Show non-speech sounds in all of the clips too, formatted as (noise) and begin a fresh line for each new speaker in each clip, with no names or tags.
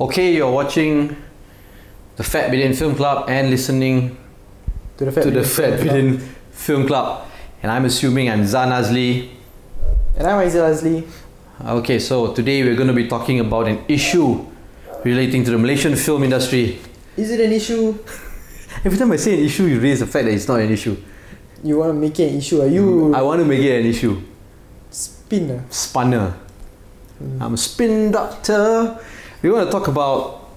Okay, you're watching the Fat Billion Film Club and listening
To the Fat
to the
Billion
Fat
Film Club.
Billion Film Club. And I'm assuming I'm Zan Azli.
And I'm Aizil Azli.
Okay, so today we're going to be talking about an issue relating to the Malaysian film industry.
Is it an issue?
Every time I say an issue, you raise the fact that it's not an issue.
You want to make it an issue? Are you
Mm, I want to make it an issue.
spinner?
Spunner. I'm a spin doctor. We want to talk about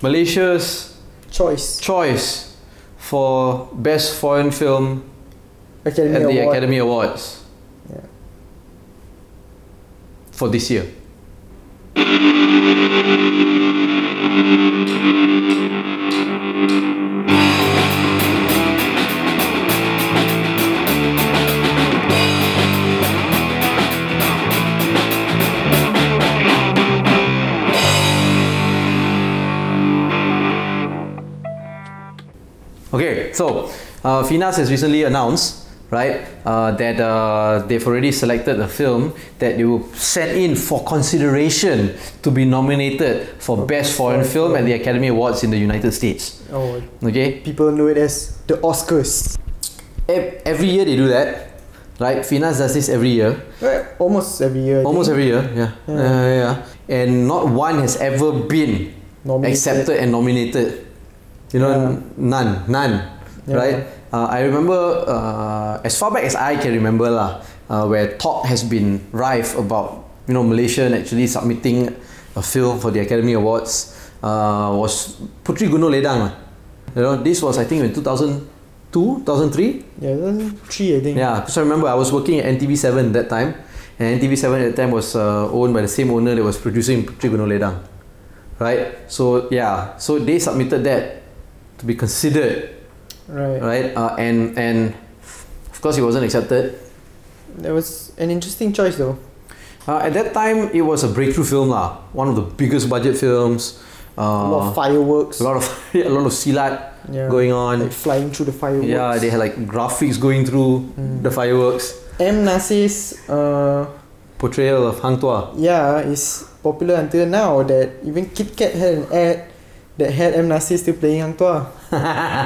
Malaysia's
Choice
choice for best foreign film
Academy
at the
Award.
Academy Awards
Yeah.
for this year. Okay, so uh, Finas has recently announced, right, uh, that uh, they've already selected a film that they will send in for consideration to be nominated for
For
Best Foreign Film at the Academy Awards in the United States.
Oh,
Okay,
people know it as the Oscars.
Ev- every year they do that, right? Finas does this every year,
Well, Almost every year. I
almost every
think,
year, yeah,
Yeah.
Uh, yeah. And not one has ever been
nominated.
accepted and nominated. You know,
Yeah.
n- none, none,
Yeah.
right? Uh, I remember uh, as far back as I can remember lah, uh, where talk has been rife about you know Malaysian actually submitting a film for the Academy Awards uh, was Putri Gunung Ledang lah. You know, this was I think in 2002, 2003.
Yeah, that's three, I think.
Yeah, so I remember I was working at NTV7 that time, and NTV7 at that time was uh, owned by the same owner that was producing Trigono Ledang, right? So yeah, so they submitted that to be considered,
Right.
right? Uh, and and of course it wasn't accepted.
That was an interesting choice, though.
Uh, at that time it was a breakthrough film lah, one of the biggest budget films. Uh,
a lot of fireworks.
a lot of (laughs) a lot of silat
yeah.
going on.
Like flying through the fireworks.
yeah, they had like graphics going through
Mm.
the fireworks.
M. Nasir's uh,
Portrayal of Hang Tuah.
yeah, is popular until now that even Kit Kat had an ad that had M. Nasir still playing Hang Tuah.
(laughs)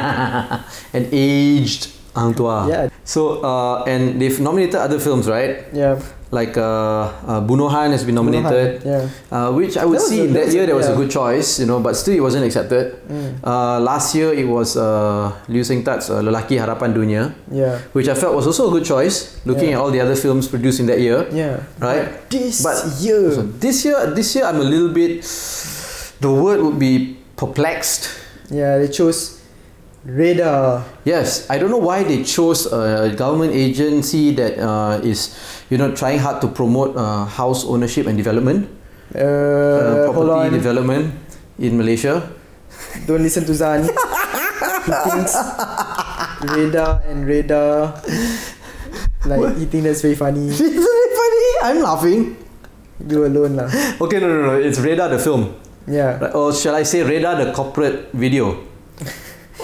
an aged Antoine.
Yeah,
So uh, and they've nominated other films, right?
yeah.
Like uh, uh, Bunohan has been nominated,
Yeah.
uh, which I would
That was
see
a-
in that
that's a-
year there was a
yeah.
good choice, you know, but still it wasn't accepted.
Mm.
Uh, last year it was uh, Liu Sing Tat's uh, Lelaki Harapan Dunia,
Yeah.
which I felt was also a good choice, looking
Yeah.
at all the other films produced in that year.
Yeah.
Right?
But this
But-
year.
So this year, this year I'm a little bit. The word would be perplexed.
Yeah, they chose Radar.
Yes, I don't know why they chose a government agency that uh, is, you know, trying hard to promote uh, house ownership and development,
Uh,
uh,
hold
property
on.
development in Malaysia. (laughs)
Don't listen to Zan. he thinks Radar and Radar. Like he think that's very funny.
Isn't it funny? I'm laughing.
You alone lah.
Okay, no, no, no. It's Radar the film,
Yeah.
Right, or shall I say Radar the corporate video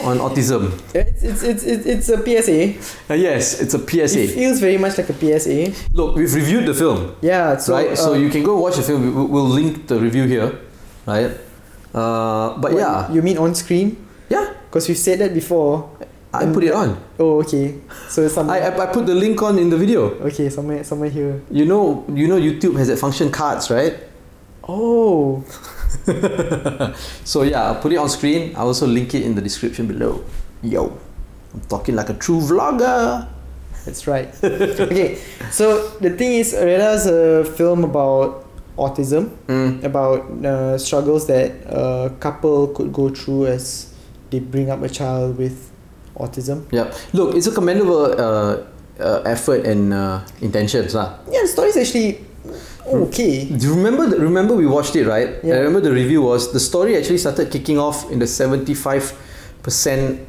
on autism?
It's it's it's it's, it's a PSA.
Uh, yes, it's a
It
PSA.
feels very much like a PSA.
Look, we've reviewed the film,
Yeah. So
right? so
uh,
you can go watch the film. We- we- We'll link the review here, right? Uh, but
what,
yeah,
You mean on screen?
yeah,
Because we said that before.
I put it on.
Oh okay. So
I,
somewhere.
I, I put the link on in the video.
okay, somewhere somewhere here.
You know, you know YouTube has that function cards, right?
Oh.
So yeah, I'll put it on screen. I'll also link it in the description below. Yo, I'm talking like a true vlogger.
That's right. okay, so the thing is, Reda's a film about autism,
Mm.
about uh, struggles that a couple could go through as they bring up a child with autism.
Yep. Look, it's a commendable uh, uh, effort and uh, intentions lah.
Yeah, the story's actually okay.
Do you remember? The, remember we watched it, right? I
Yeah.
remember the review was the story actually started kicking off in the seventy-five percent.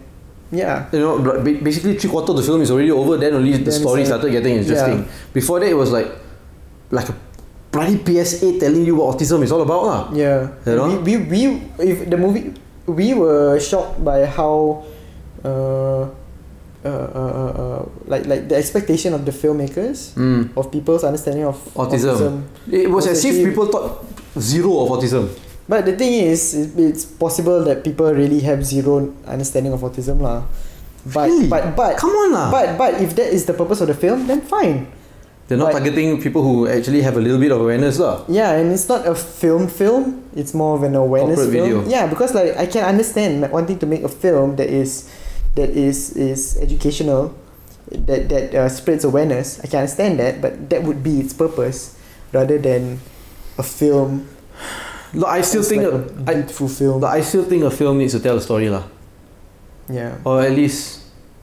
Yeah,
You know, ba- basically three quarter of the film is already over. Then only
Then
the
it's
story
like-
started getting interesting. Before that, it was like, like a bloody PSA telling you what autism is all about, lah.
yeah.
You know?
We, we, we, if the movie, we were shocked by how. Uh, uh, uh, uh, uh, like like the expectation of the filmmakers
Mm.
of people's understanding of
Autism.
autism
It was
Was
as if
actually-
people thought zero of autism.
But the thing is, it, it's possible that people really have zero understanding of autism, lah. But
Really?
but but
Come on lah.
but but if that is the purpose of the film, then fine.
They're not
but-
targeting people who actually have a little bit of awareness lah.
Yeah, and it's not a film film. It's more of an awareness
Corporate
film.
video.
Yeah, because like I can understand like, wanting to make a film that is that is is educational, that that uh, spreads awareness. I can understand that, but that would be its purpose rather than a film.
Look, I still
that's
think
like
a-
a
I-
beautiful film.
but I still think a film needs to tell a story lah,
yeah.
or at least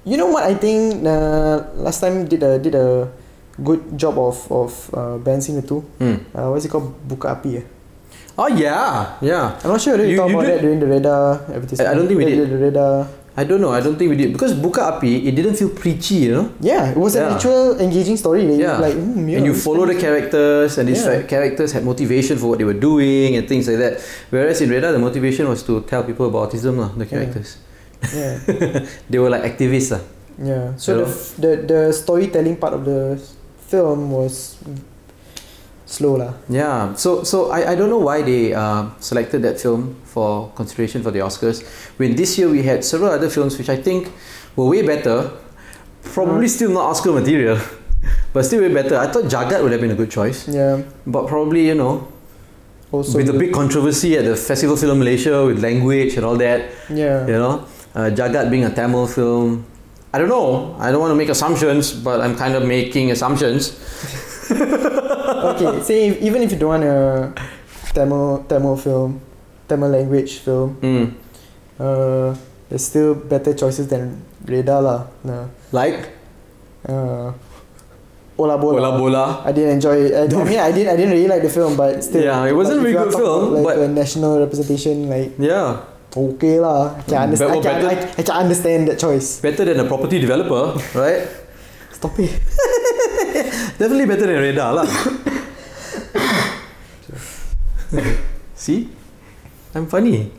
You know what I think? Uh, last time did a did a good job of of uh, balancing the two.
hmm.
Uh, what's it called? Buka api. eh?
Oh yeah, yeah.
I'm not sure whether you,
You-
talked
you
about
did-
that during the radar advertisement.
I- I don't think we
The-
did.
The radar.
I don't know. I don't think we did because Buka Api it didn't feel preachy, you know.
Yeah, it was an
Yeah.
actual engaging story. Like,
Yeah.
like mm,
and
yeah,
you
it's
follow the
nice.
characters, and these
Yeah.
fa- characters had motivation for what they were doing and things like that. Whereas in Radar, the motivation was to tell people about autism, lah, the
Yeah.
characters.
(laughs) Yeah,
They were like activists. lah.
yeah. So the,
Yeah.
f- the the storytelling part of the s- film was slow lah.
Yeah, so so I, I don't know why they uh, selected that film for consideration for the Oscars. When this year we had several other films which I think were way better, probably
Uh-huh.
still not Oscar material, (laughs) but still way better. I thought Jagat would have been a good choice,
Yeah.
but probably you know
Also.
with the big controversy at the Festival Film Malaysia with language and all that,
Yeah.
you know, uh, Jagat being a Tamil film. I don't know. I don't want to make assumptions, but I'm kind of making assumptions.
(laughs) okay. Say if, even if you don't want a Tamil Tamil film, Tamil language film,
Mm.
uh, there's still better choices than Radar lah. No.
Like
Uh, Ola Bola.
Bola Bola.
I didn't enjoy it. I, I mean, I didn't. I didn't really like the film, but still.
Yeah, it wasn't a very
like, if you
good
are talking
film,
about, Like
but-
a national representation, like
Yeah,
okay lah. I can
Mm,
understand. I
but-
can, I, I can understand that choice.
better than a property developer, right?
Stop it.
(laughs) Definitely better than Radar lah. (laughs) See, I'm funny.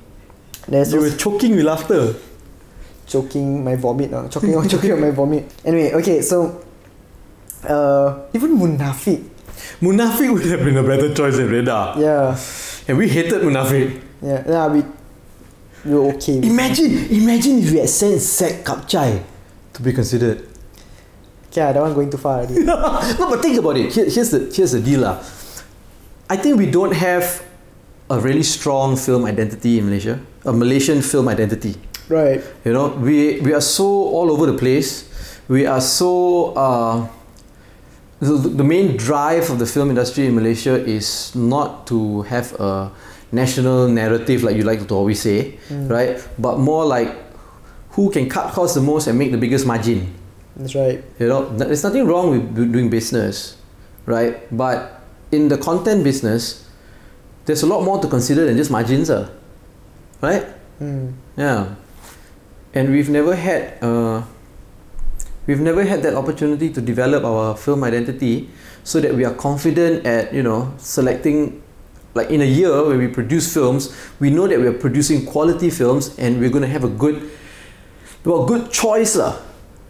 There's
You were
was
choking with laughter.
choking my vomit. Uh, choking on (laughs) choking on my vomit. Anyway, okay, so. Uh, even Munafik.
Munafik would have been a better choice than Radar,
Yeah,
and we hated Munafik.
yeah. Nah, we we were okay. with-
Imagine, imagine if we had sent Zack Kapchai to be considered.
Okay, ah, that one going too far
(laughs)
already.
no, but think about it. Here, here's the here's the deal, lah. I think we don't have a really strong film identity in Malaysia, a Malaysian film identity.
right.
You know, we we are so all over the place. We are so. Uh, the, the main drive of the film industry in Malaysia is not to have a national narrative like you like to always say,
Mm,
right? But more like who can cut costs the most and make the biggest margin.
That's right.
You know, th- there's nothing wrong with do- doing business, right? But in the content business, there's a lot more to consider than just margins, uh, right?
Mm.
Yeah, and we've never had uh, we've never had that opportunity to develop our film identity, so that we are confident at you know selecting. Like in a year when we produce films, we know that we are producing quality films, and we're going to have a good, well, good choice ah. lah.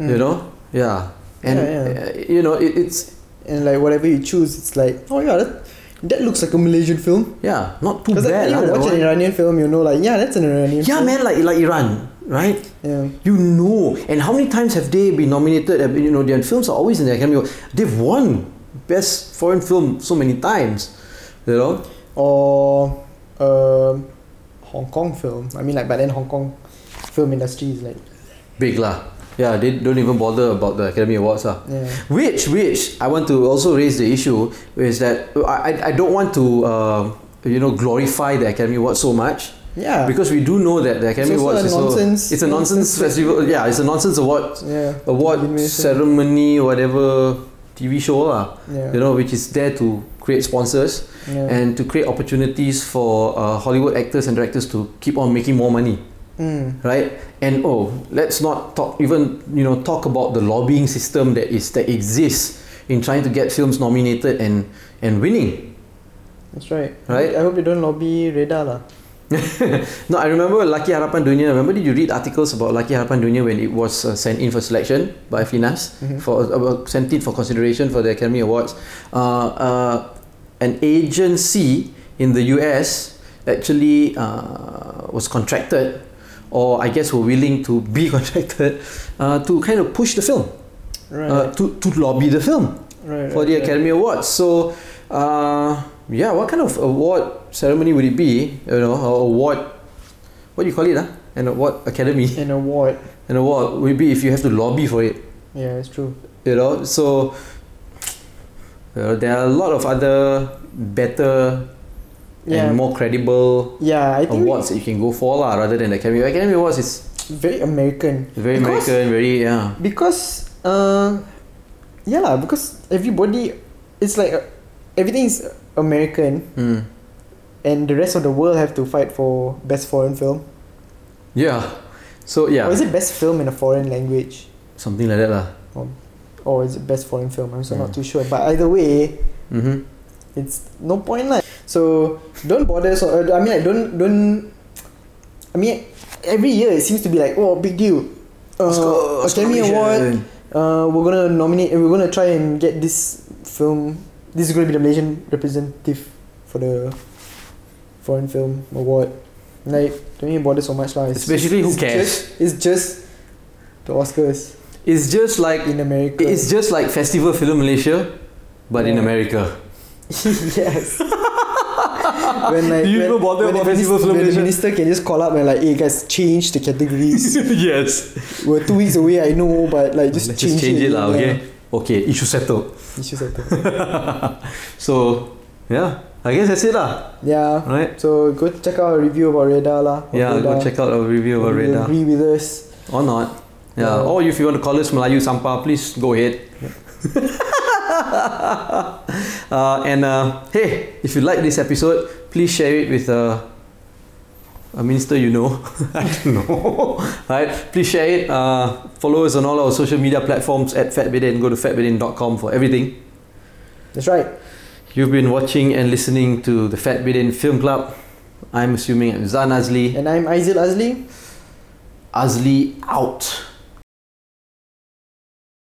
mm.
You know, yeah, and
Yeah, yeah.
Uh, you know it, it's
and like whatever you choose, it's like oh yeah, that, that looks like a Malaysian film.
yeah not too
Because
bad.
like, when
lah,
you
that
watch an
one.
Iranian film, you know like yeah, that's an Iranian.
yeah,
film.
man, like like Iran, right?
Yeah,
You know, and how many times have they been nominated? Have been- You know, their films are always in the Academy. Award. They've won best foreign film so many times. You know,
or um, Hong Kong film. I mean like, but then Hong Kong film industry is like
big lah. Yeah, they don't even bother about the Academy Awards lah.
yeah,
Which, which I want to also raise the issue is that I, I- I don't want to uh, you know glorify the Academy Awards so much
yeah,
because we do know that the Academy
Uh,
Awards is
It's also a
so-
nonsense-
it's a nonsense
nonsense
festival. Yeah, it's a nonsense award
yeah.
award
Illumination.
ceremony whatever TV show lah.
Yeah,
You know, which is there to create sponsors.
yeah.
and to create opportunities for uh, Hollywood actors and directors to keep on making more money,
Mm.
right? And oh, let's not talk even you know talk about the lobbying system that is that exists in trying to get films nominated and and winning.
that's right.
Right?
I hope they don't lobby radar lah.
(laughs) No, I remember Lucky Harapan Dunia. Remember, did you read articles about Lucky Harapan Dunia when it was uh, sent in for selection by Finas
Mhm.
for uh, sent in for consideration for the Academy Awards? Uh, uh, an agency in the U.S. actually uh, was contracted, or I guess were willing to be (laughs) contracted, uh, to kind of push the film,
Right.
uh, to, to lobby the film
right.
for the Academy Awards. So, uh, yeah, what kind of award ceremony would it be? You know, or award, what do you call it? Huh? An award academy,
An award.
an award would be if you have to lobby for it.
Yeah, it's true.
You know, so uh, there are a lot of other better
Yeah.
and more credible
yeah, I think
awards that you can go for lah, rather than the Academy Academy Awards is
we- very American
very
Because-
American, very yeah.
because uh, yeah lah, because everybody, it's like uh, everything is American
Mm.
and the rest of the world have to fight for best foreign film.
Yeah. So yeah,
Or Oh, is it best film in a foreign language?
something like that lah.
Or is it best foreign film? I'm so not
Mm.
too sure. But either way,
Mm-hmm.
it's no point like so don't bother so uh, i mean like, don't don't i mean every year it seems to be like oh big deal uh, academy award uh, we're gonna nominate we're gonna try and get this film this is gonna be the malaysian representative for the foreign film award like don't even bother so much lah it's,
Especially who
it's
cares?
just, it's just the oscars
It's just like
in america (laughs)
it's just like Festival Film Malaysia, but in
Yeah.
America. (laughs)
yes. when like
Do you
when,
even bother
when
about
the
festival
minister,
celebration?
when the minister can just call up and like, hey guys, change the
(laughs)
categories.
(laughs) yes.
We're two weeks away, I know, but like just
Let's
change
just change it, lah.
yeah.
Okay. Okay. Issue settled.
It's just like that.
so yeah, I guess that's it lah.
yeah.
Right.
So go check out our review about Radar lah. of
Yeah,
Radar.
go check out our review of
If you
Radar.
Agree with us.
Or not. Yeah.
Yeah.
Or if you want to call us Melayu Sampah, please go ahead. (laughs) uh, and uh, hey, if you like this episode, please share it with uh, a minister you know. (laughs) I don't know. (laughs) right? Please share it. Uh, follow us on all our social media platforms at FatBidin. Go to fatbidin.com for everything.
That's right.
You've been watching and listening to the Fat Bidin Film Club. I'm assuming I'm Zan Azli.
And I'm Aizil Azli.
Azli out.